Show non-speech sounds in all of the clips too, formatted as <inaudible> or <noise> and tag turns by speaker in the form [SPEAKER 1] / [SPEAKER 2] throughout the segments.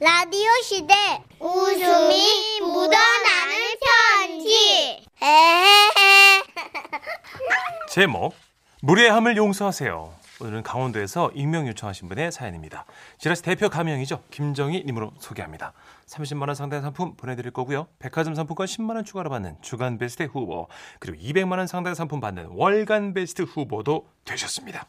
[SPEAKER 1] 라디오 시대 웃음이 묻어나는 편지 에헤헤
[SPEAKER 2] 제목 무례함을 용서하세요. 오늘은 강원도에서 익명 요청하신 분의 사연입니다. 지라시 대표 가명이죠. 김정희 님으로 소개합니다. 30만 원 상당 상품 보내드릴 거고요. 백화점 상품권 10만 원 추가로 받는 주간 베스트 후보 그리고 200만 원 상당 상품 받는 월간 베스트 후보도 되셨습니다.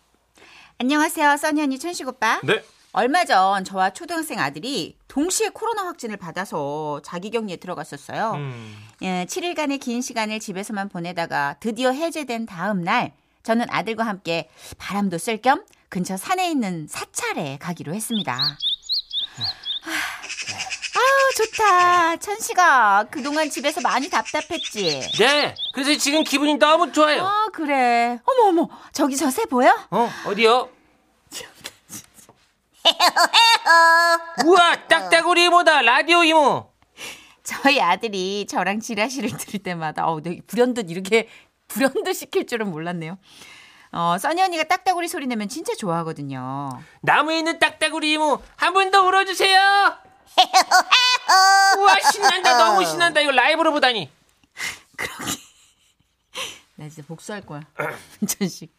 [SPEAKER 3] 안녕하세요. 써니언니 천식 오빠.
[SPEAKER 2] 네.
[SPEAKER 3] 얼마 전 저와 초등학생 아들이 동시에 코로나 확진을 받아서 자기격리에 들어갔었어요.
[SPEAKER 2] 음,
[SPEAKER 3] 예, 7일간의 긴 시간을 집에서만 보내다가 드디어 해제된 다음 날 저는 아들과 함께 바람도 쐴 겸 근처 산에 있는 사찰에 가기로 했습니다. 아,
[SPEAKER 2] 네.
[SPEAKER 3] 아우, 좋다. 천식아, 그동안 집에서 많이 답답했지?
[SPEAKER 4] 네, 그래서 지금 기분이 너무 좋아요.
[SPEAKER 3] 아, 그래. 어머, 어머, 저기 저 새 보여?
[SPEAKER 4] 어, 어디요? 우와, 딱따구리 이모다, 라디오 이모.
[SPEAKER 3] 저희 아들이 저랑 지라시를 <laughs> 들을 때마다 어우 내가 불현듯 이렇게 불현듯 시킬 줄은 몰랐네요. 어, 써니 언니가 딱따구리 소리 내면 진짜 좋아하거든요.
[SPEAKER 4] 나무에 있는 딱따구리 이모, 한 번 더 울어주세요. 우와, 신난다, 너무 신난다. 이거 라이브로 보다니.
[SPEAKER 3] 나 진짜 복수할 거야. <clears throat> 전식.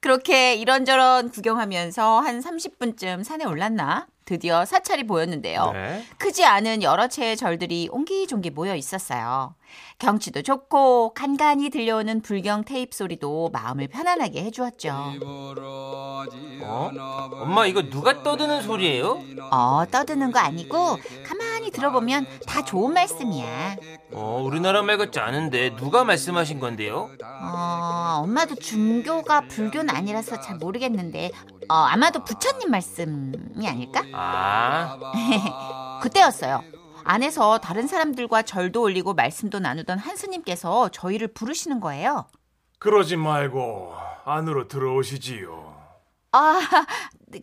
[SPEAKER 3] 그렇게 이런저런 구경하면서 한 30분쯤 산에 올랐나? 드디어 사찰이 보였는데요.
[SPEAKER 2] 네.
[SPEAKER 3] 크지 않은 여러 채의 절들이 옹기종기 모여 있었어요. 경치도 좋고 간간히 들려오는 불경 테이프 소리도 마음을 편안하게 해주었죠.
[SPEAKER 4] 어? 엄마, 이거 누가 떠드는 소리예요?
[SPEAKER 3] 어, 떠드는 거 아니고 가만히 들어보면 다 좋은 말씀이야.
[SPEAKER 4] 어, 우리나라 말 같지 않은데 누가 말씀하신 건데요?
[SPEAKER 3] 어, 엄마도 중교가 불교는 아니라서 잘 모르겠는데 어, 아마도 부처님 말씀이 아닐까?
[SPEAKER 4] 아,
[SPEAKER 3] 그때였어요. 안에서 다른 사람들과 절도 올리고 말씀도 나누던 한 스님께서 저희를 부르시는 거예요.
[SPEAKER 2] 그러지 말고 안으로 들어오시지요.
[SPEAKER 3] 아,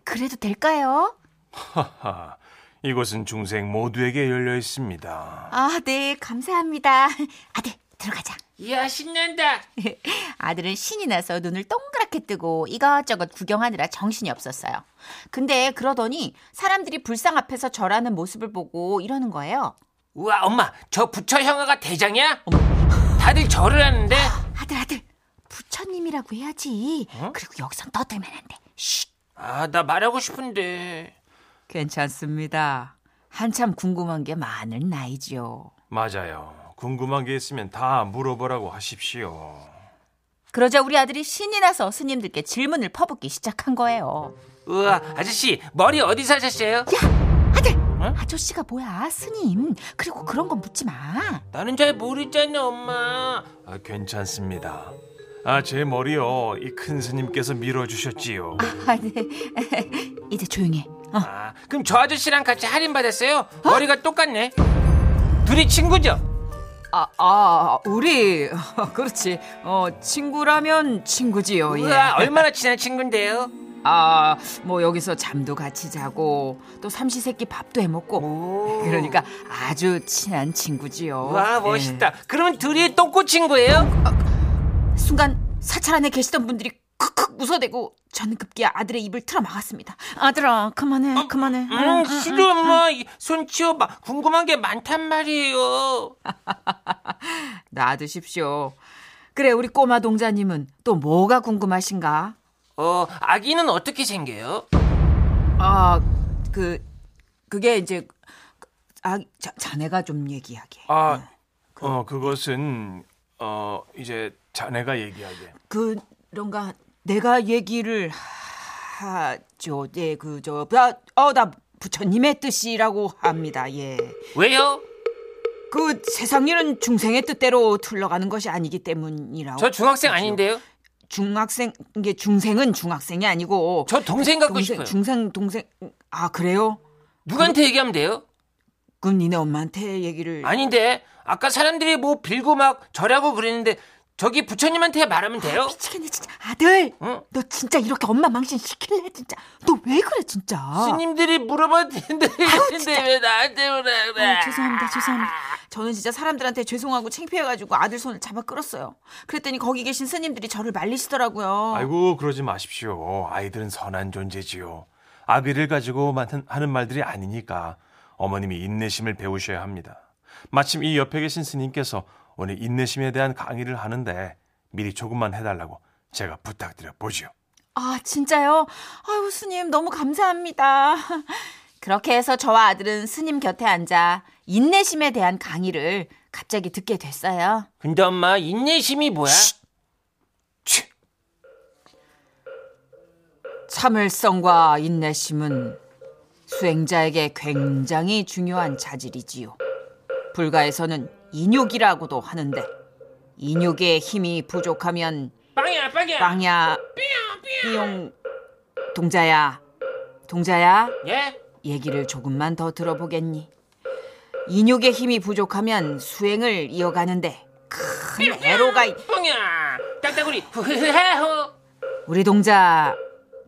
[SPEAKER 3] 그래도 될까요?
[SPEAKER 2] 하하. 이곳은 중생 모두에게 열려 있습니다.
[SPEAKER 3] 아, 네, 감사합니다. 아들, 들어가자.
[SPEAKER 4] 이야, 신난다.
[SPEAKER 3] 아들은 신이 나서 눈을 동그랗게 뜨고 이것저것 구경하느라 정신이 없었어요. 근데 그러더니 사람들이 불상 앞에서 절하는 모습을 보고 이러는 거예요.
[SPEAKER 4] 우와, 엄마, 저 부처 형아가 대장이야? 다들 절을 하는데?
[SPEAKER 3] 아들 아들 부처님이라고 해야지. 그리고 여기선 떠들면 안 돼. 쉿.
[SPEAKER 4] 아, 나 말하고 싶은데.
[SPEAKER 3] 괜찮습니다. 한참 궁금한 게 많은 나이지요.
[SPEAKER 2] 맞아요. 궁금한 게 있으면 다 물어보라고 하십시오.
[SPEAKER 3] 그러자 우리 아들이 신이 나서 스님들께 질문을 퍼붓기 시작한 거예요.
[SPEAKER 4] 우와 아저씨 머리 어디서 하셨어요?
[SPEAKER 3] 아들 아저씨가 뭐야 스님 그리고 그런 거 묻지 마.
[SPEAKER 4] 나는 잘 모르잖아 엄마
[SPEAKER 2] 아, 괜찮습니다. 아, 제 머리요. 이 큰 스님께서 밀어주셨지요.
[SPEAKER 3] 아, 네. <laughs> 이제 조용히 해. 어.
[SPEAKER 4] 아 그럼 저 아저씨랑 같이 할인 받았어요? 머리가 똑같네 둘이 친구죠?
[SPEAKER 3] 아, 아, 우리 <laughs> 그렇지. 어, 친구라면 친구지요. 예.
[SPEAKER 4] 우와 얼마나 친한 친구인데요?
[SPEAKER 3] 아, 뭐 여기서 잠도 같이 자고 또 삼시세끼 밥도 해 먹고.
[SPEAKER 4] 오.
[SPEAKER 3] <laughs> 그러니까 예. 아주 친한 친구지요.
[SPEAKER 4] 와 멋있다 그럼 둘이 똥꼬 친구예요?
[SPEAKER 3] 예. 순간 사찰 안에 계시던 분들이 크크 웃어대고 저는 급기야 아들의 입을 틀어막았습니다. 아들아, 그만해, 그만해.
[SPEAKER 4] 음 싫어 엄마 이손 치워봐 궁금한 게 많단 말이에요
[SPEAKER 3] 놔두십시오. 그래, 우리 꼬마 동자님은 또 뭐가 궁금하신가?
[SPEAKER 4] 어 아기는 어떻게 생겨요?
[SPEAKER 3] 아, 그 그게 이제 아, 자, 자네가 좀 얘기하게.
[SPEAKER 2] 아, 어, 그것은 어, 이제 자네가 얘기하게.
[SPEAKER 3] 그런가 내가 얘기를 하죠. 예, 그저 어, 나 부처님의 뜻이라고 합니다. 예.
[SPEAKER 4] 왜요?
[SPEAKER 3] 그 세상 일은 중생의 뜻대로 둘러가는 것이 아니기 때문이라고.
[SPEAKER 4] 저 중학생 아닌데요?
[SPEAKER 3] 중학생 이게 중생은 중학생이 아니고
[SPEAKER 4] 저 동생 갖고
[SPEAKER 3] 동생,
[SPEAKER 4] 싶어요
[SPEAKER 3] 중생 동생 아, 그래요?
[SPEAKER 4] 누구한테 얘기하면 돼요?
[SPEAKER 3] 그럼 니네 엄마한테 얘기를
[SPEAKER 4] 예. 아닌데 아까 사람들이 뭐 빌고 막 절하고 그랬는데 저기 부처님한테 말하면 돼요?
[SPEAKER 3] 아, 미치겠네 진짜 아들
[SPEAKER 4] 응?
[SPEAKER 3] 너 진짜 이렇게 엄마 망신 시킬래 진짜 너 왜 그래 진짜
[SPEAKER 4] 스님들이 물어봤는데 근데 왜 나한테 물어?
[SPEAKER 3] 아, 죄송합니다 죄송합니다 저는 진짜 사람들한테 죄송하고 창피해가지고 아들 손을 잡아 끌었어요 그랬더니 거기 계신 스님들이 저를 말리시더라고요
[SPEAKER 2] 아이고, 그러지 마십시오. 아이들은 선한 존재지요. 아비를 가지고 많은- 하는 말들이 아니니까 어머님이 인내심을 배우셔야 합니다. 마침 이 옆에 계신 스님께서 오늘 인내심에 대한 강의를 하는데 미리 조금만 해달라고 제가 부탁드려 보지요.
[SPEAKER 3] 아, 진짜요? 아유, 스님, 너무 감사합니다. <laughs> 그렇게 해서 저와 아들은 스님 곁에 앉아 인내심에 대한 강의를 갑자기 듣게 됐어요.
[SPEAKER 4] 근데 엄마 인내심이 뭐야?
[SPEAKER 3] 참을성과 인내심은 수행자에게 굉장히 중요한 자질이지요. 불가에서는 인욕이라고도 하는데 인욕의 힘이 부족하면
[SPEAKER 4] 빵이야 빵이야.
[SPEAKER 3] 빵야 삐용 동자야 동자야
[SPEAKER 4] 예?
[SPEAKER 3] 얘기를 조금만 더 들어보겠니? 인욕의 힘이 부족하면 수행을 이어가는데 큰 애로가 있-
[SPEAKER 4] 빵이야. 딱따구리. 후후후.
[SPEAKER 3] 우리 동자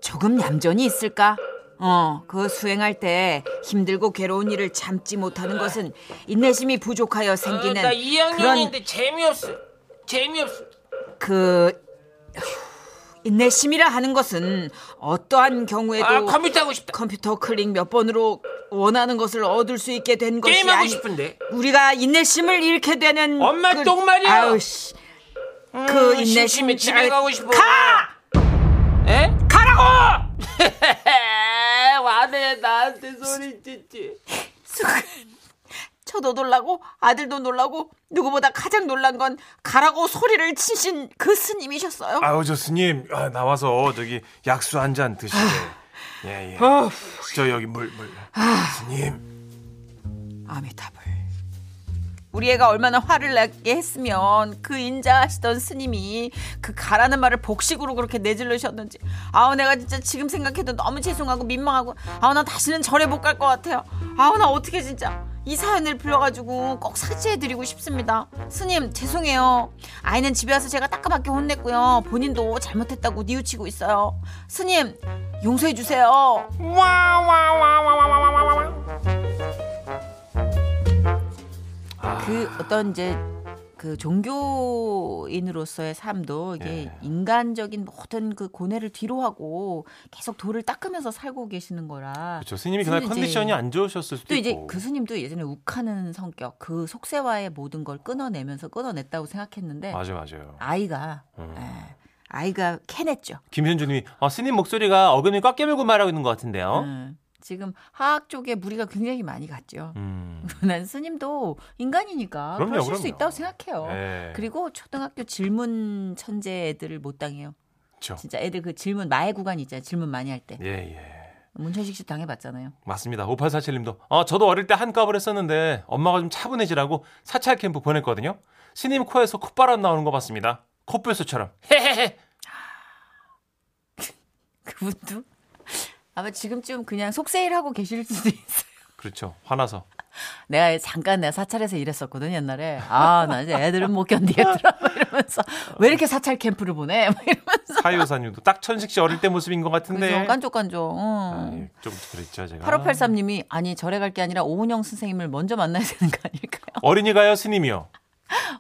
[SPEAKER 3] 조금 얌전히 있을까? 어, 그 수행할 때 힘들고 괴로운 일을 참지 못하는 것은 인내심이 부족하여 생기는
[SPEAKER 4] 아, 나 2학년인데 재미없어. 재미없어.
[SPEAKER 3] 그 인내심이라 하는 것은 어떠한 경우에도
[SPEAKER 4] 아 컴퓨터 하고 싶다.
[SPEAKER 3] 컴퓨터 클릭 몇 번으로 원하는 것을 얻을 수 있게 된 것이
[SPEAKER 4] 게임하고
[SPEAKER 3] 아니
[SPEAKER 4] 싶은데.
[SPEAKER 3] 우리가 인내심을 잃게 되는
[SPEAKER 4] 엄마
[SPEAKER 3] 그-
[SPEAKER 4] 똥말이야.
[SPEAKER 3] 아우 씨.
[SPEAKER 5] 아,
[SPEAKER 3] 그
[SPEAKER 4] 음,
[SPEAKER 3] 인내심-
[SPEAKER 4] 심심해 집에
[SPEAKER 3] 아이,
[SPEAKER 4] 가고 싶어.
[SPEAKER 3] 가!
[SPEAKER 4] 에?
[SPEAKER 5] <laughs>
[SPEAKER 4] 가라고! 와네 나한테 소리치지.
[SPEAKER 3] <laughs> 저도 놀라고 아들도 놀라고 누구보다 가장 놀란 건 가라고 소리를 치신 그 스님이셨어요.
[SPEAKER 2] 아우 저 스님 아, 나와서 저기 약수 한 잔 드시게.
[SPEAKER 3] 아.
[SPEAKER 2] 예 예. 저 여기 물 물. 스님.
[SPEAKER 3] 아미타불. 우리 애가 얼마나 화를 나게 했으면 그 인자하시던 스님이 그 가라는 말을 복식으로 그렇게 내질르셨는지 아우 내가 진짜 지금 생각해도 너무 죄송하고 민망하고 아우 나 다시는 절에 못 갈 것 같아요 아우 나 어떻게 진짜 이 사연을 불러가지고 꼭 사죄해드리고 싶습니다 스님 죄송해요 아이는 집에 와서 제가 따끔하게 혼냈고요 본인도 잘못했다고 뉘우치고 있어요 스님 용서해주세요
[SPEAKER 5] <laughs>
[SPEAKER 3] 그 어떤 이제 그 종교인으로서의 삶도 이게
[SPEAKER 2] 예.
[SPEAKER 3] 인간적인 모든 그 고뇌를 뒤로하고 계속 돌을 닦으면서 살고 계시는 거라.
[SPEAKER 2] 그렇죠. 스님이 그날
[SPEAKER 3] 스님 이제-
[SPEAKER 2] 컨디션이 안 좋으셨을 수도
[SPEAKER 3] 또 이제 그
[SPEAKER 2] 있고.
[SPEAKER 3] 교수님도 예전에 욱하는 성격, 그 속세와의 모든 걸 끊어내면서 끊어냈다고 생각했는데
[SPEAKER 2] 맞아 어. 맞아요.
[SPEAKER 3] 이가 예, 아이가 캐냈죠.
[SPEAKER 2] 김현주님이 아, 스님 목소리가 어금니 꽉 깨물고 말하고 있는 것 같은데요.
[SPEAKER 3] 음. 지금 하악 쪽에 무리가 굉장히 많이 갔죠.
[SPEAKER 2] 음.
[SPEAKER 3] <laughs> 난 스님도 인간이니까
[SPEAKER 2] 그럼요,
[SPEAKER 3] 그럴 실수
[SPEAKER 2] 그럼요.
[SPEAKER 3] 있다고 생각해요.
[SPEAKER 2] 예.
[SPEAKER 3] 그리고 초등학교 질문 천재 애들을 못 당해요.
[SPEAKER 2] 그렇죠.
[SPEAKER 3] 진짜 애들 그 질문 마의 구간 있잖아요. 질문 많이 할 때.
[SPEAKER 2] 예 예.
[SPEAKER 3] 문천식 씨 당해봤잖아요. <laughs>
[SPEAKER 2] 맞습니다. 5847님도 어, 저도 어릴 때 한값을 했었는데 엄마가 좀 차분해지라고 사찰 캠프 보냈거든요. 스님 코에서 콧바람 나오는 거 봤습니다. 콧불소처럼. 헤헤헤.
[SPEAKER 3] 그분도 아마 지금쯤 그냥 속세일하고 계실 수도 있어요.
[SPEAKER 2] 그렇죠. 화나서.
[SPEAKER 3] 내가 잠깐 내가 사찰에서 일했었거든 옛날에. 아, 나 이제 애들은 못 견디겠더라. 막 이러면서 왜 이렇게 사찰 캠프를 보내? 막 이러면서.
[SPEAKER 2] 사유사님도 딱 천식 씨 어릴 때 모습인 것 같은데.
[SPEAKER 3] 그죠? 깐족깐족.
[SPEAKER 2] 네. 아,
[SPEAKER 3] 응.
[SPEAKER 2] 예, 좀 그랬죠 제가.
[SPEAKER 3] 8583님이 아니 절에 갈 게 아니라 오은영 선생님을 먼저 만나야 되는 거 아닐까요? <laughs>
[SPEAKER 2] 어린이가요, 스님이요.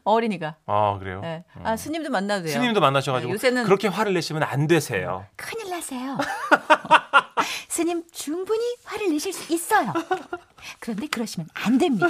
[SPEAKER 3] 어린이가.
[SPEAKER 2] 아 그래요.
[SPEAKER 3] 예. 아 스님도 만나도 돼요.
[SPEAKER 2] 스님도 만나셔가지고
[SPEAKER 3] 네, 요새는-
[SPEAKER 2] 그렇게 화를 내시면 안 되세요.
[SPEAKER 3] 큰일 나세요. <laughs> 스님 충분히 화를 내실 수 있어요. 그런데 그러시면 안 됩니다.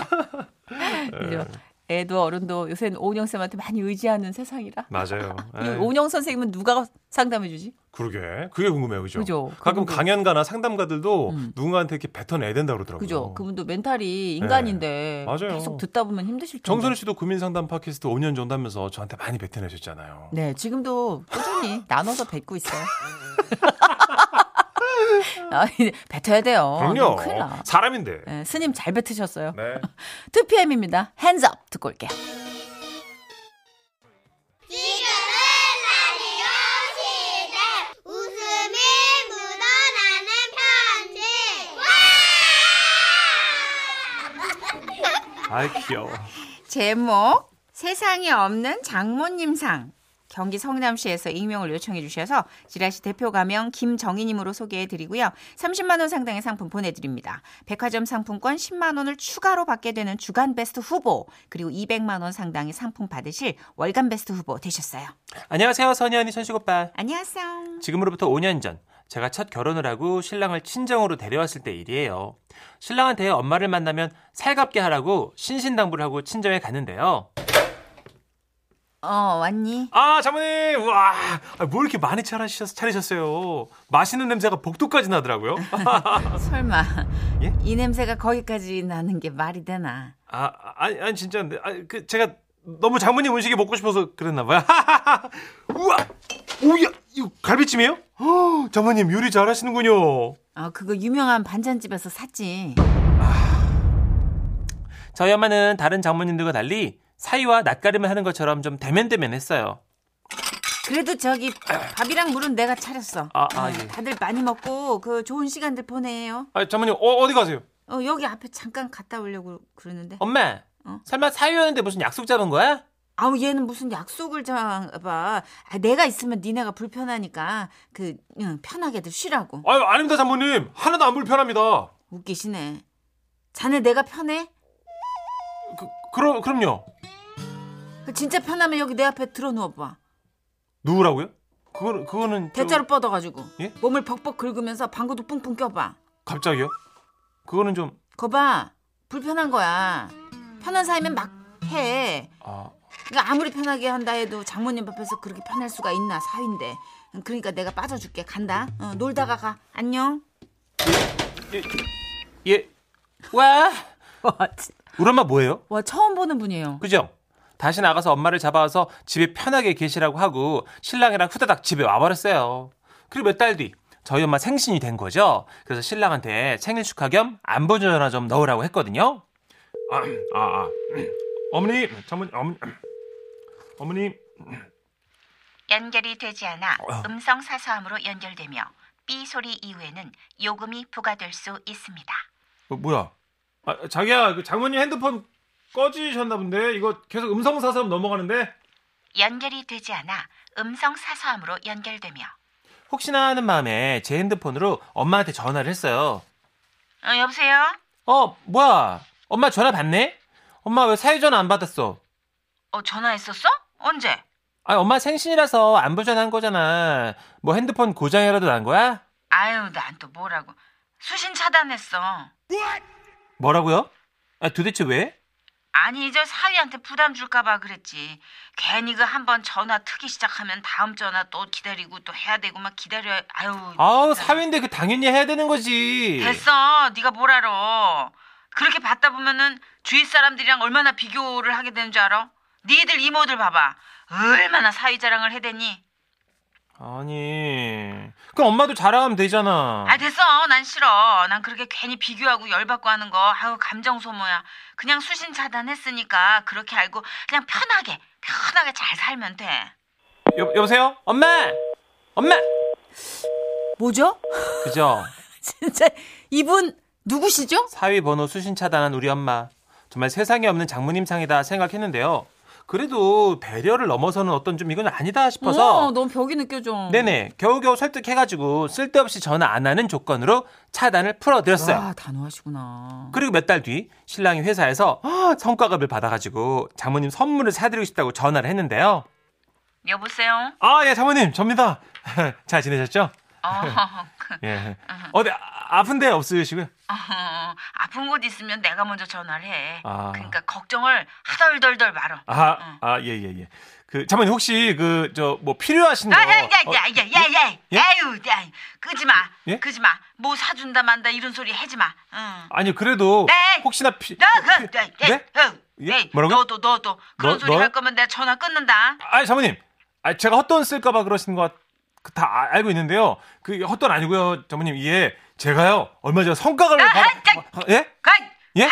[SPEAKER 2] 네.
[SPEAKER 3] 그죠? 애도 어른도 요새는 오은영 쌤한테 많이 의지하는 세상이라.
[SPEAKER 2] 맞아요.
[SPEAKER 3] 이
[SPEAKER 2] 에이,
[SPEAKER 3] 오은영 선생님은 누가 상담해주지?
[SPEAKER 2] 그러게 그게 궁금해요, 그죠?
[SPEAKER 3] 그죠.
[SPEAKER 2] 가끔
[SPEAKER 3] 그분도-
[SPEAKER 2] 강연가나 상담가들도 누군가한테 이렇게 뱉어내야 된다 그러더라고요.
[SPEAKER 3] 그죠? 그분도 멘탈이 인간인데
[SPEAKER 2] 맞아요.
[SPEAKER 3] 계속 듣다 보면 힘드실 텐데.
[SPEAKER 2] 정선우 씨도 고민 상담 팟캐스트 5년 전다면서 저한테 많이 뱉어내셨잖아요.
[SPEAKER 3] 네, 지금도
[SPEAKER 2] <laughs>
[SPEAKER 3] 꾸준히 나눠서 뱉고 있어요. <laughs> 아니, 뱉어야 돼요.
[SPEAKER 2] 그럼요.
[SPEAKER 3] 큰일 나.
[SPEAKER 2] 사람인데.
[SPEAKER 3] 예, 스님 잘 뱉으셨어요.
[SPEAKER 2] 네.
[SPEAKER 3] 2PM입니다. Hands up 듣고 올게요.
[SPEAKER 1] 지금은 라디오 시대 웃음이 묻어나는 편지
[SPEAKER 2] 아이 귀여워.
[SPEAKER 3] 제목 세상에 없는 장모님상 경기 성남시에서 익명을 요청해 주셔서 지라시 대표 가명 김정희님으로 소개해 드리고요. 30만 원 상당의 상품 보내드립니다. 백화점 상품권 10만 원을 추가로 받게 되는 주간 베스트 후보 그리고 200만 원 상당의 상품 받으실 월간 베스트 후보 되셨어요.
[SPEAKER 2] 안녕하세요, 선희 언니 천식 오빠.
[SPEAKER 3] 안녕하세요.
[SPEAKER 2] 지금으로부터 5년 전 제가 첫 결혼을 하고 신랑을 친정으로 데려왔을 때 일이에요. 신랑한테 엄마를 만나면 살갑게 하라고 신신당부를 하고 친정에 갔는데요.
[SPEAKER 3] 어 왔니?
[SPEAKER 2] 아, 장모님! 와! 아, 뭘 이렇게 많이 차리셨, 차리셨어요? 맛있는 냄새가 복도까지 <laughs> 나더라고요. 아,
[SPEAKER 3] 설마
[SPEAKER 2] 예?
[SPEAKER 3] 이 냄새가 거기까지 나는 게 말이 되나?
[SPEAKER 2] 아, 아니, 아니, 진짜인데. 아, 그, 제가 너무 장모님 음식이 먹고 싶어서 그랬나봐요. <laughs> 우와! 오야! 이거 갈비찜이에요? <gasps> 허, 장모님 요리 잘 하시는군요.
[SPEAKER 3] 어 그거 유명한 반찬집에서 샀지.
[SPEAKER 2] 저희 엄마는 다른 장모님들과 달리 사이와 낯가림을 하는 것처럼 좀 대면대면했어요.
[SPEAKER 3] 그래도 저기 밥이랑 물은 내가 차렸어. 네,
[SPEAKER 2] 아, 아, 예.
[SPEAKER 3] 다들 많이 먹고 그 좋은 시간들 보내요.
[SPEAKER 2] 아, 장모님 어, 디 가세요?
[SPEAKER 3] 어 여기 앞에 잠깐 갔다 오려고 그러는데.
[SPEAKER 2] 엄마,
[SPEAKER 3] 어?
[SPEAKER 2] 설마 사위였는데 무슨 약속 잡은 거야?
[SPEAKER 3] 아우 얘는 무슨 약속을 잡아. 아, 내가 있으면 니네가 불편하니까 그 응, 편하게들 쉬라고.
[SPEAKER 2] 아유, 아닙니다, 장모님. 하나도 안 불편합니다.
[SPEAKER 3] 웃기시네. 자네 내가 편해?
[SPEAKER 2] 그, 그럼, 그럼요.
[SPEAKER 3] 그 진짜 편하면 여기 내 앞에 들어 누워봐.
[SPEAKER 2] 누우라고요? 그거, 그거는. 좀-
[SPEAKER 3] 대자로 뻗어가지고
[SPEAKER 2] 예?
[SPEAKER 3] 몸을 벅벅 긁으면서 방구도 뿡뿡 껴봐.
[SPEAKER 2] 갑자기요? 그거는 좀.
[SPEAKER 3] 거봐 불편한 거야. 편한 사이면 막 해.
[SPEAKER 2] 아,
[SPEAKER 3] 그러니까 아무리 편하게 한다 해도 장모님 앞에서 그렇게 편할 수가 있나 사위인데. 그러니까 내가 빠져줄게 간다. 어, 놀다가 가 안녕.
[SPEAKER 2] 예.
[SPEAKER 3] <laughs>
[SPEAKER 4] 와,
[SPEAKER 2] 우리 엄마 뭐예요?
[SPEAKER 3] 와 처음 보는 분이에요.
[SPEAKER 2] 그죠? 다시 나가서 엄마를 잡아와서 집에 편하게 계시라고 하고 신랑이랑 후다닥 집에 와버렸어요. 그리고 몇 달 뒤 저희 엄마 생신이 된 거죠. 그래서 신랑한테 생일 축하 겸 안부 전화 좀 넣으라고 했거든요. 아, 아, 아. 어머니, 잠깐 어머니, 어머니.
[SPEAKER 6] 연결이 되지 않아
[SPEAKER 2] 어.
[SPEAKER 6] 음성 사서함으로 연결되며 B 소리 이후에는 요금이 부과될 수 있습니다.
[SPEAKER 2] 어, 뭐야? 아, 자기야, 그 장모님 핸드폰 꺼지셨나 본데 이거 계속 음성 사서로 넘어가는데.
[SPEAKER 6] 연결이 되지 않아 음성 사서함으로 연결되며
[SPEAKER 2] 혹시나 하는 마음에 제 핸드폰으로 엄마한테 전화를 했어요.
[SPEAKER 6] 어, 여보세요?
[SPEAKER 2] 어, 뭐야? 엄마 전화 받네? 엄마 왜 사회 전화 안 받았어?
[SPEAKER 6] 어, 전화했었어? 언제?
[SPEAKER 2] 아, 엄마 생신이라서 안부 전화한 거잖아. 뭐 핸드폰 고장이라도 난 거야?
[SPEAKER 6] 아유, 난 또 뭐라고. 수신 차단했어.
[SPEAKER 2] 뭐라고요? 아, 도대체 왜?
[SPEAKER 6] 아니, 이제 사위한테 부담 줄까 봐 그랬지. 괜히 그 한번 전화 트기 시작하면 다음 전화 또 기다리고 또 해야 되고 막 기다려. 아유.
[SPEAKER 2] 아우,
[SPEAKER 6] 진짜.
[SPEAKER 2] 사회인데 그 당연히 해야 되는 거지.
[SPEAKER 6] 됐어. 네가 뭘 알아. 그렇게 봤다 보면은 주위 사람들이랑 얼마나 비교를 하게 되는 줄 알아? 니들 이모들 봐봐. 얼마나 사위 자랑을 해대니?
[SPEAKER 2] 아니. 그럼 엄마도 자랑하면 되잖아.
[SPEAKER 6] 아 됐어. 난 싫어. 난 그렇게 괜히 비교하고 열받고 하는 거. 아유 감정 소모야. 그냥 수신 차단했으니까 그렇게 알고 그냥 편하게 편하게 잘 살면 돼.
[SPEAKER 2] 여, 여보세요? 엄마! 엄마!
[SPEAKER 3] 뭐죠? <laughs>
[SPEAKER 2] 그죠?
[SPEAKER 3] 진짜 이분 누구시죠?
[SPEAKER 2] 사위 번호 수신 차단한 우리 엄마. 정말 세상에 없는 장모님 상이다 생각했는데요. 그래도 배려를 넘어서는 어떤 좀 이건 아니다 싶어서
[SPEAKER 3] 어, 너무 벽이 느껴져.
[SPEAKER 2] 네네 겨우겨우 설득해가지고 쓸데없이 전화 안 하는 조건으로 차단을 풀어드렸어요.
[SPEAKER 3] 와 단호하시구나.
[SPEAKER 2] 그리고 몇 달 뒤 신랑이 회사에서 헉, 성과급을 받아가지고 장모님 선물을 사드리고 싶다고 전화를 했는데요.
[SPEAKER 6] 여보세요.
[SPEAKER 2] 아 예 장모님 접니다. <laughs> 잘 지내셨죠?
[SPEAKER 6] 어, <laughs>
[SPEAKER 2] 예. 어디 아, 아픈데 없으시고요?
[SPEAKER 6] 어, 아픈 곳 있으면 내가 먼저 전화를 해.
[SPEAKER 2] 아.
[SPEAKER 6] 그러니까 걱정을 하덜덜덜 말어.
[SPEAKER 2] 아 아 예 예 예. 그 장모님 혹시 그 저 뭐 필요하신 거? 어,
[SPEAKER 6] 아, 아야야야야야!
[SPEAKER 2] 예?
[SPEAKER 6] 아유, 야, 끄지 마,
[SPEAKER 2] 예?
[SPEAKER 6] 끄지 마. 뭐 사준다 만다 이런 소리 하지 마. 응.
[SPEAKER 2] 아니 그래도
[SPEAKER 6] 네.
[SPEAKER 2] 혹시나 피.
[SPEAKER 6] 너 그, 야, 야,
[SPEAKER 2] 네?
[SPEAKER 6] 응.
[SPEAKER 2] 예?
[SPEAKER 6] 에이,
[SPEAKER 2] 뭐라고요? 뭐?
[SPEAKER 6] 너도 너도 그런
[SPEAKER 2] 너-
[SPEAKER 6] 소리
[SPEAKER 2] 너요?
[SPEAKER 6] 할 거면 내가 전화 끊는다.
[SPEAKER 2] 아 장모님, 아 제가 헛돈 쓸까봐 그러신 것. 그 다 아- 알고 있는데요. 그 헛돈 아니고요, 장모님. 이게 제가요 얼마 전에 성과급을
[SPEAKER 6] 아,
[SPEAKER 2] 받.
[SPEAKER 6] 아,
[SPEAKER 2] 아, 예?
[SPEAKER 6] 가.
[SPEAKER 2] 예?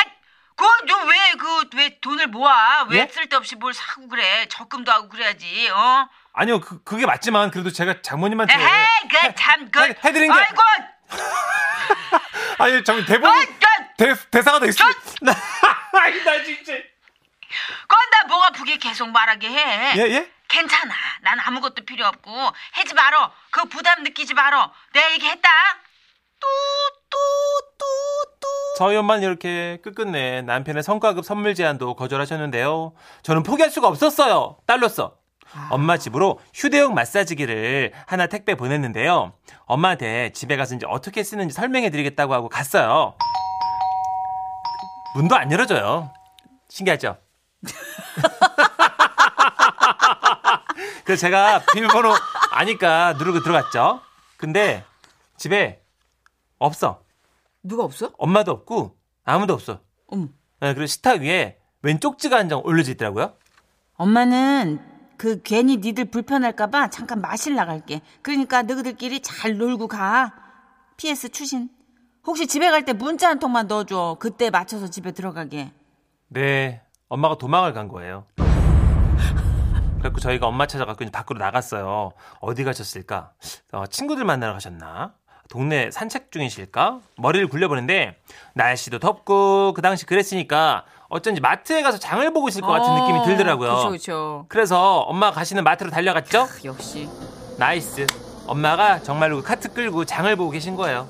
[SPEAKER 6] 그, 그너왜그 왜 돈을 모아? 왜
[SPEAKER 2] 예?
[SPEAKER 6] 쓸데없이 뭘 사고 그래? 적금도 하고 그래야지. 어?
[SPEAKER 2] 아니요, 그, 그게 맞지만 그래도 제가 장모님한테
[SPEAKER 6] 에헤이, 그참 그.
[SPEAKER 2] 해- 해드린 게-
[SPEAKER 6] 아이고,
[SPEAKER 2] 아니 장모님 대본
[SPEAKER 6] 아이, 그.
[SPEAKER 2] 대, 대사가 더 있어. 나, 아이, 나 진짜
[SPEAKER 6] 건다 뭐가 부게 계속 말하게 해.
[SPEAKER 2] <laughs> 예 예.
[SPEAKER 6] 괜찮아. 난 아무것도 필요 없고 해지 말어. 그 부담 느끼지 말어. 내 얘기했다.
[SPEAKER 2] 저희 엄마는 이렇게 끝끝내 남편의 성과급 선물 제안도 거절하셨는데요. 저는 포기할 수가 없었어요. 딸로서 엄마 집으로 휴대용 마사지기를 하나 택배 보냈는데요. 엄마한테 집에 가서 이제 어떻게 쓰는지 설명해 드리겠다고 하고 갔어요. 문도 안 열어줘요. 신기하죠? <laughs> 그래서 제가 비밀번호 아니까 누르고 들어갔죠. 근데 집에 없어.
[SPEAKER 3] 누가 없어?
[SPEAKER 2] 엄마도 없고 아무도 없어.
[SPEAKER 3] 어머.
[SPEAKER 2] 네, 그리고 식탁 위에 왼 쪽지가 한 장 올려져 있더라고요.
[SPEAKER 6] 엄마는 그 괜히 니들 불편할까봐 잠깐 마실 나갈게. 그러니까 너희들끼리 잘 놀고 가. PS 추신. 혹시 집에 갈 때 문자 한 통만 넣어줘. 그때 맞춰서 집에 들어가게.
[SPEAKER 2] 네, 엄마가 도망을 간 거예요. 그래갖고 저희가 엄마 찾아갖고 이제 밖으로 나갔어요. 어디 가셨을까? 어, 친구들 만나러 가셨나? 동네 산책 중이실까? 머리를 굴려보는데 날씨도 덥고 그 당시 그랬으니까 어쩐지 마트에 가서 장을 보고 있을 것 같은 느낌이 들더라고요.
[SPEAKER 3] 어, 그쵸, 그쵸.
[SPEAKER 2] 그래서 엄마 가 가시는 마트로 달려갔죠.
[SPEAKER 3] 크, 역시.
[SPEAKER 2] 나이스. 엄마가 정말로 그 카트 끌고 장을 보고 계신 거예요.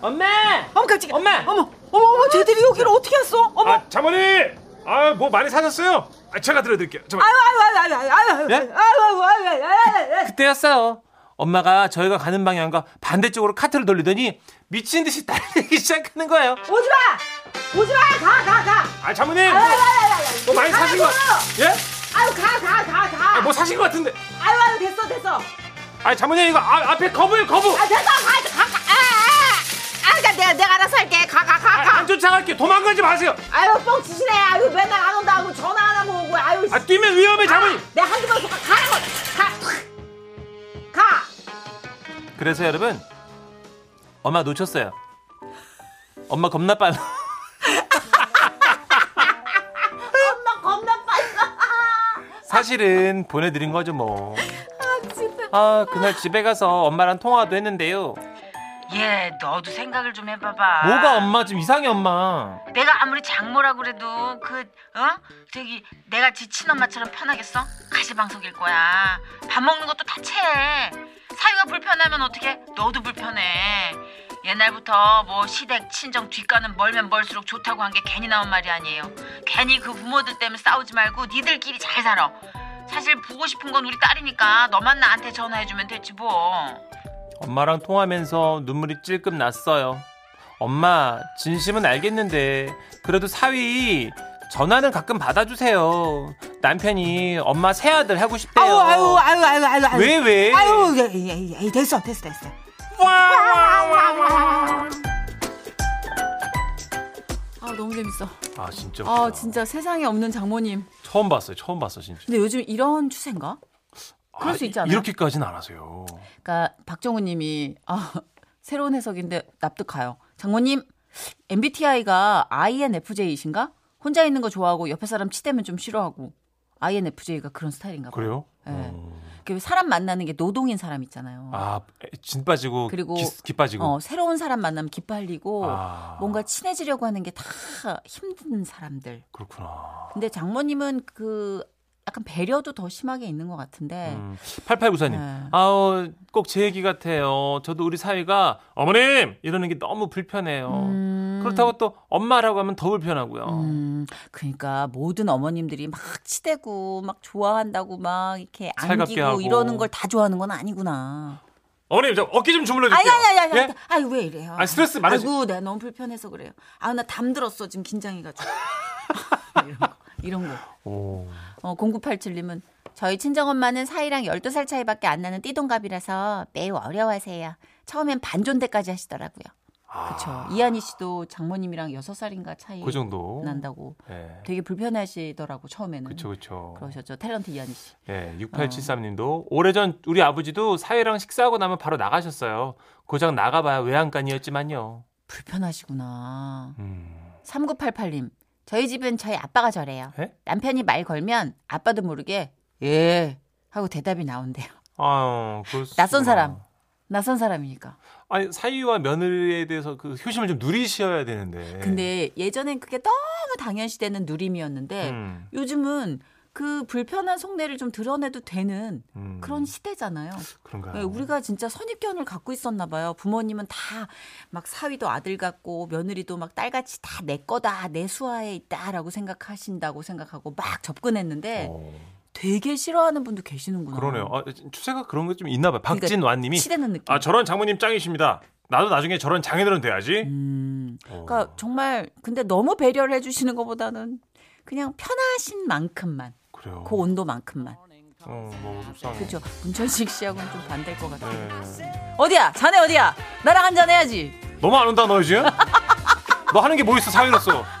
[SPEAKER 2] 엄마!
[SPEAKER 3] 어머, 깜짝이야.
[SPEAKER 2] 엄마!
[SPEAKER 3] 어머, 어머, 어머, 쟤들이 여기를 어떻게 왔어? 어머.
[SPEAKER 5] 아, 자모님! 아, 뭐 많이 사셨어요? 아, 제가 들어드릴게요. 잠깐.
[SPEAKER 3] 아유, 아유, 아유, 아유, 아유, 아유,
[SPEAKER 2] 예?
[SPEAKER 3] 아유, 아유, 아유, 아유, 아유, 아유.
[SPEAKER 2] 그때였어요. 엄마가 저희가 가는 방향과 반대쪽으로 카트를 돌리더니 미친 듯이 달리기 시작하는 거예요.
[SPEAKER 3] 오지 마! 오지 마! 가, 가, 가!
[SPEAKER 5] 아, 자모님! 뭐 많이
[SPEAKER 3] 가라고!
[SPEAKER 5] 사신 거, 예?
[SPEAKER 3] 아유, 가, 가, 가, 가!
[SPEAKER 5] 아, 뭐 사신 거 같은데.
[SPEAKER 3] 아유, 아유, 됐어, 됐어!
[SPEAKER 5] 아, 자모님, 이거 아, 앞에 거부예요, 거부!
[SPEAKER 3] 아, 됐어! 가, 이제 가, 가! 아, 아, 아! 아, 내가, 내가 알아서 할게! 가, 가, 가,
[SPEAKER 5] 아,
[SPEAKER 3] 가!
[SPEAKER 5] 안 쫓아갈게요. 도망가지 마세요.
[SPEAKER 3] 아유, 뻥 치시네! 아유, 맨날 안 온다 하고 전화 안 하고 오고, 아유,
[SPEAKER 5] 아, 뛰면 위험해, 자모님!
[SPEAKER 3] 내가 한두 번 속아, 가라고! 뭐. 가! 가!
[SPEAKER 2] 그래서 여러분, 엄마 놓쳤어요. 엄마 겁나 빨라.
[SPEAKER 3] 엄마 겁나 빨라!
[SPEAKER 2] 사실은 보내드린 거죠 뭐. 아 그날 집에 가서 엄마랑 통화도 했는데요.
[SPEAKER 6] 얘, 예, 너도 생각을 좀 해봐봐.
[SPEAKER 3] 아.
[SPEAKER 2] 뭐가 엄마 좀 이상해 엄마.
[SPEAKER 6] 내가 아무리 장모라 그래도 그 어? 저기 내가 지 친엄마처럼 편하겠어? 가시방석일 거야. 밥 먹는 것도 다 체해. 사유가 불편하면 어떻게? 너도 불편해. 옛날부터 뭐 시댁 친정 뒷가는 멀면 멀수록 좋다고 한 게 괜히 나온 말이 아니에요. 괜히 그 부모들 때문에 싸우지 말고 니들끼리 잘 살아. 사실 보고 싶은 건 우리 딸이니까 너만 나한테 전화해주면 됐지 뭐.
[SPEAKER 2] 엄마랑 통화하면서 눈물이 찔끔 났어요. 엄마, 진심은 알겠는데, 그래도 사위, 전화는 가끔 받아주세요. 남편이 엄마 새 아들 하고 싶대요.
[SPEAKER 3] 아유, 아유, 아유, 아유, 아유, 아유.
[SPEAKER 2] 왜, 왜?
[SPEAKER 3] 아유, 예, 예, 예, 됐어, 됐어, 됐어. 아, 너무 재밌어.
[SPEAKER 2] 아, 진짜.
[SPEAKER 3] 아,
[SPEAKER 2] 웃기다.
[SPEAKER 3] 진짜 세상에 없는 장모님.
[SPEAKER 2] 처음 봤어요, 처음 봤어, 진짜.
[SPEAKER 3] 근데 요즘 이런 추세인가? 그럴
[SPEAKER 2] 아,
[SPEAKER 3] 수 있지 않아요?
[SPEAKER 2] 이렇게까지는 안 하세요.
[SPEAKER 3] 그러니까 박정우 님이 아, <laughs> 새로운 해석인데 납득가요. 장모님, MBTI가 INFJ이신가? 혼자 있는 거 좋아하고 옆에 사람 치대면 좀 싫어하고 INFJ가 그런 스타일인가 봐요.
[SPEAKER 2] 그래요?
[SPEAKER 3] 예.
[SPEAKER 2] 어.
[SPEAKER 3] 그 사람 만나는 게 노동인 사람 있잖아요.
[SPEAKER 2] 아, 진 빠지고,
[SPEAKER 3] 그리고
[SPEAKER 2] 기, 기 빠지고.
[SPEAKER 3] 어, 새로운 사람 만나면 기빨리고
[SPEAKER 2] 아.
[SPEAKER 3] 뭔가 친해지려고 하는 게 다 힘든 사람들.
[SPEAKER 2] 그렇구나.
[SPEAKER 3] 근데 장모님은 그 약간 배려도 더 심하게 있는 것 같은데.
[SPEAKER 2] 음, 8894님.
[SPEAKER 3] 네.
[SPEAKER 2] 아우, 어, 꼭 제 얘기 같아요. 저도 우리 사위가, 어머님! 이러는 게 너무 불편해요.
[SPEAKER 3] 음.
[SPEAKER 2] 그렇다고 또 엄마라고 하면 더 불편하고요.
[SPEAKER 3] 음, 그러니까 모든 어머님들이 막 치대고 막 좋아한다고 막 이렇게
[SPEAKER 2] 살갑게
[SPEAKER 3] 안기고
[SPEAKER 2] 하고.
[SPEAKER 3] 이러는 걸 다 좋아하는 건 아니구나.
[SPEAKER 5] 어머님, 저 어깨 좀
[SPEAKER 3] 아니
[SPEAKER 5] 주물러줄게요.
[SPEAKER 3] 아니 아니 아니.
[SPEAKER 2] 예?
[SPEAKER 3] 아유 왜 이래요?
[SPEAKER 5] 아, 스트레스 많으시-
[SPEAKER 3] 아이고 내가 너무 불편해서 그래요. 아 나 담들었어 지금 긴장해가지고. <laughs> 이런 거. 이런 거.
[SPEAKER 2] 오.
[SPEAKER 3] 어, 0987님은 저희 친정엄마는 사이랑 12살 차이밖에 안 나는 띠동갑이라서 매우 어려워하세요. 처음엔 반존대까지 하시더라고요. 그렇죠. 이한희 씨도 장모님이랑 6살인가 차이
[SPEAKER 2] 아. 그 정도.
[SPEAKER 3] 난다고
[SPEAKER 2] 예.
[SPEAKER 3] 되게 불편하시더라고 처음에는.
[SPEAKER 2] 그쵸, 그쵸.
[SPEAKER 3] 그러셨죠. 탤런트 이한희 씨.
[SPEAKER 2] 예. 6873님도 오래전 우리 아버지도 사회랑 식사하고 나면 바로 나가셨어요. 고작 나가봐야 외양간이었지만요.
[SPEAKER 3] 불편하시구나.
[SPEAKER 2] 음.
[SPEAKER 3] 3988님. 저희 집은 저희 아빠가 저래요.
[SPEAKER 2] 에?
[SPEAKER 3] 남편이 말 걸면 아빠도 모르게 예 하고 대답이 나온대요. <laughs>
[SPEAKER 2] 아유, 그렇습니다.
[SPEAKER 3] 낯선 사람. 낯선 사람이니까.
[SPEAKER 2] 아니, 사위와 며느리에 대해서 그 효심을 좀 누리셔야 되는데.
[SPEAKER 3] 근데 예전엔 그게 너무 당연시되는 누림이었는데
[SPEAKER 2] 음,
[SPEAKER 3] 요즘은 그 불편한 속내를 좀 드러내도 되는
[SPEAKER 2] 음.
[SPEAKER 3] 그런 시대잖아요.
[SPEAKER 2] 그런가요?
[SPEAKER 3] 네, 우리가 진짜 선입견을 갖고 있었나 봐요. 부모님은 다 막 사위도 아들 같고 며느리도 막 딸같이 다 내 거다 내 수하에 있다라고 생각하신다고 생각하고 막 접근했는데
[SPEAKER 2] 어.
[SPEAKER 6] 되게 싫어하는 분도 계시는구나.
[SPEAKER 2] 그러네요. 아, 추세가 그런 게 좀 있나 봐요.
[SPEAKER 6] 어. 그러니까
[SPEAKER 2] 박진완님이
[SPEAKER 6] 치대는 느낌.
[SPEAKER 2] 아 저런 장모님 짱이십니다. 나도 나중에 저런 장인어른 돼야지.
[SPEAKER 6] 음. 그러니까
[SPEAKER 2] 어,
[SPEAKER 6] 정말 근데 너무 배려를 해주시는 것보다는 그냥 편하신 만큼만
[SPEAKER 2] 그래요.
[SPEAKER 6] 그 온도만큼만
[SPEAKER 2] 어, 뭐 속상해.
[SPEAKER 3] 그렇죠?
[SPEAKER 6] 그죠 문천식 씨하고는 좀 반대일 것 같아요
[SPEAKER 2] 네.
[SPEAKER 6] 어디야 자네 어디야 나랑 한잔 해야지
[SPEAKER 2] 너무 안 온다 너 지금? 너 하는 게 뭐 있어 사회로서?
[SPEAKER 6] 아,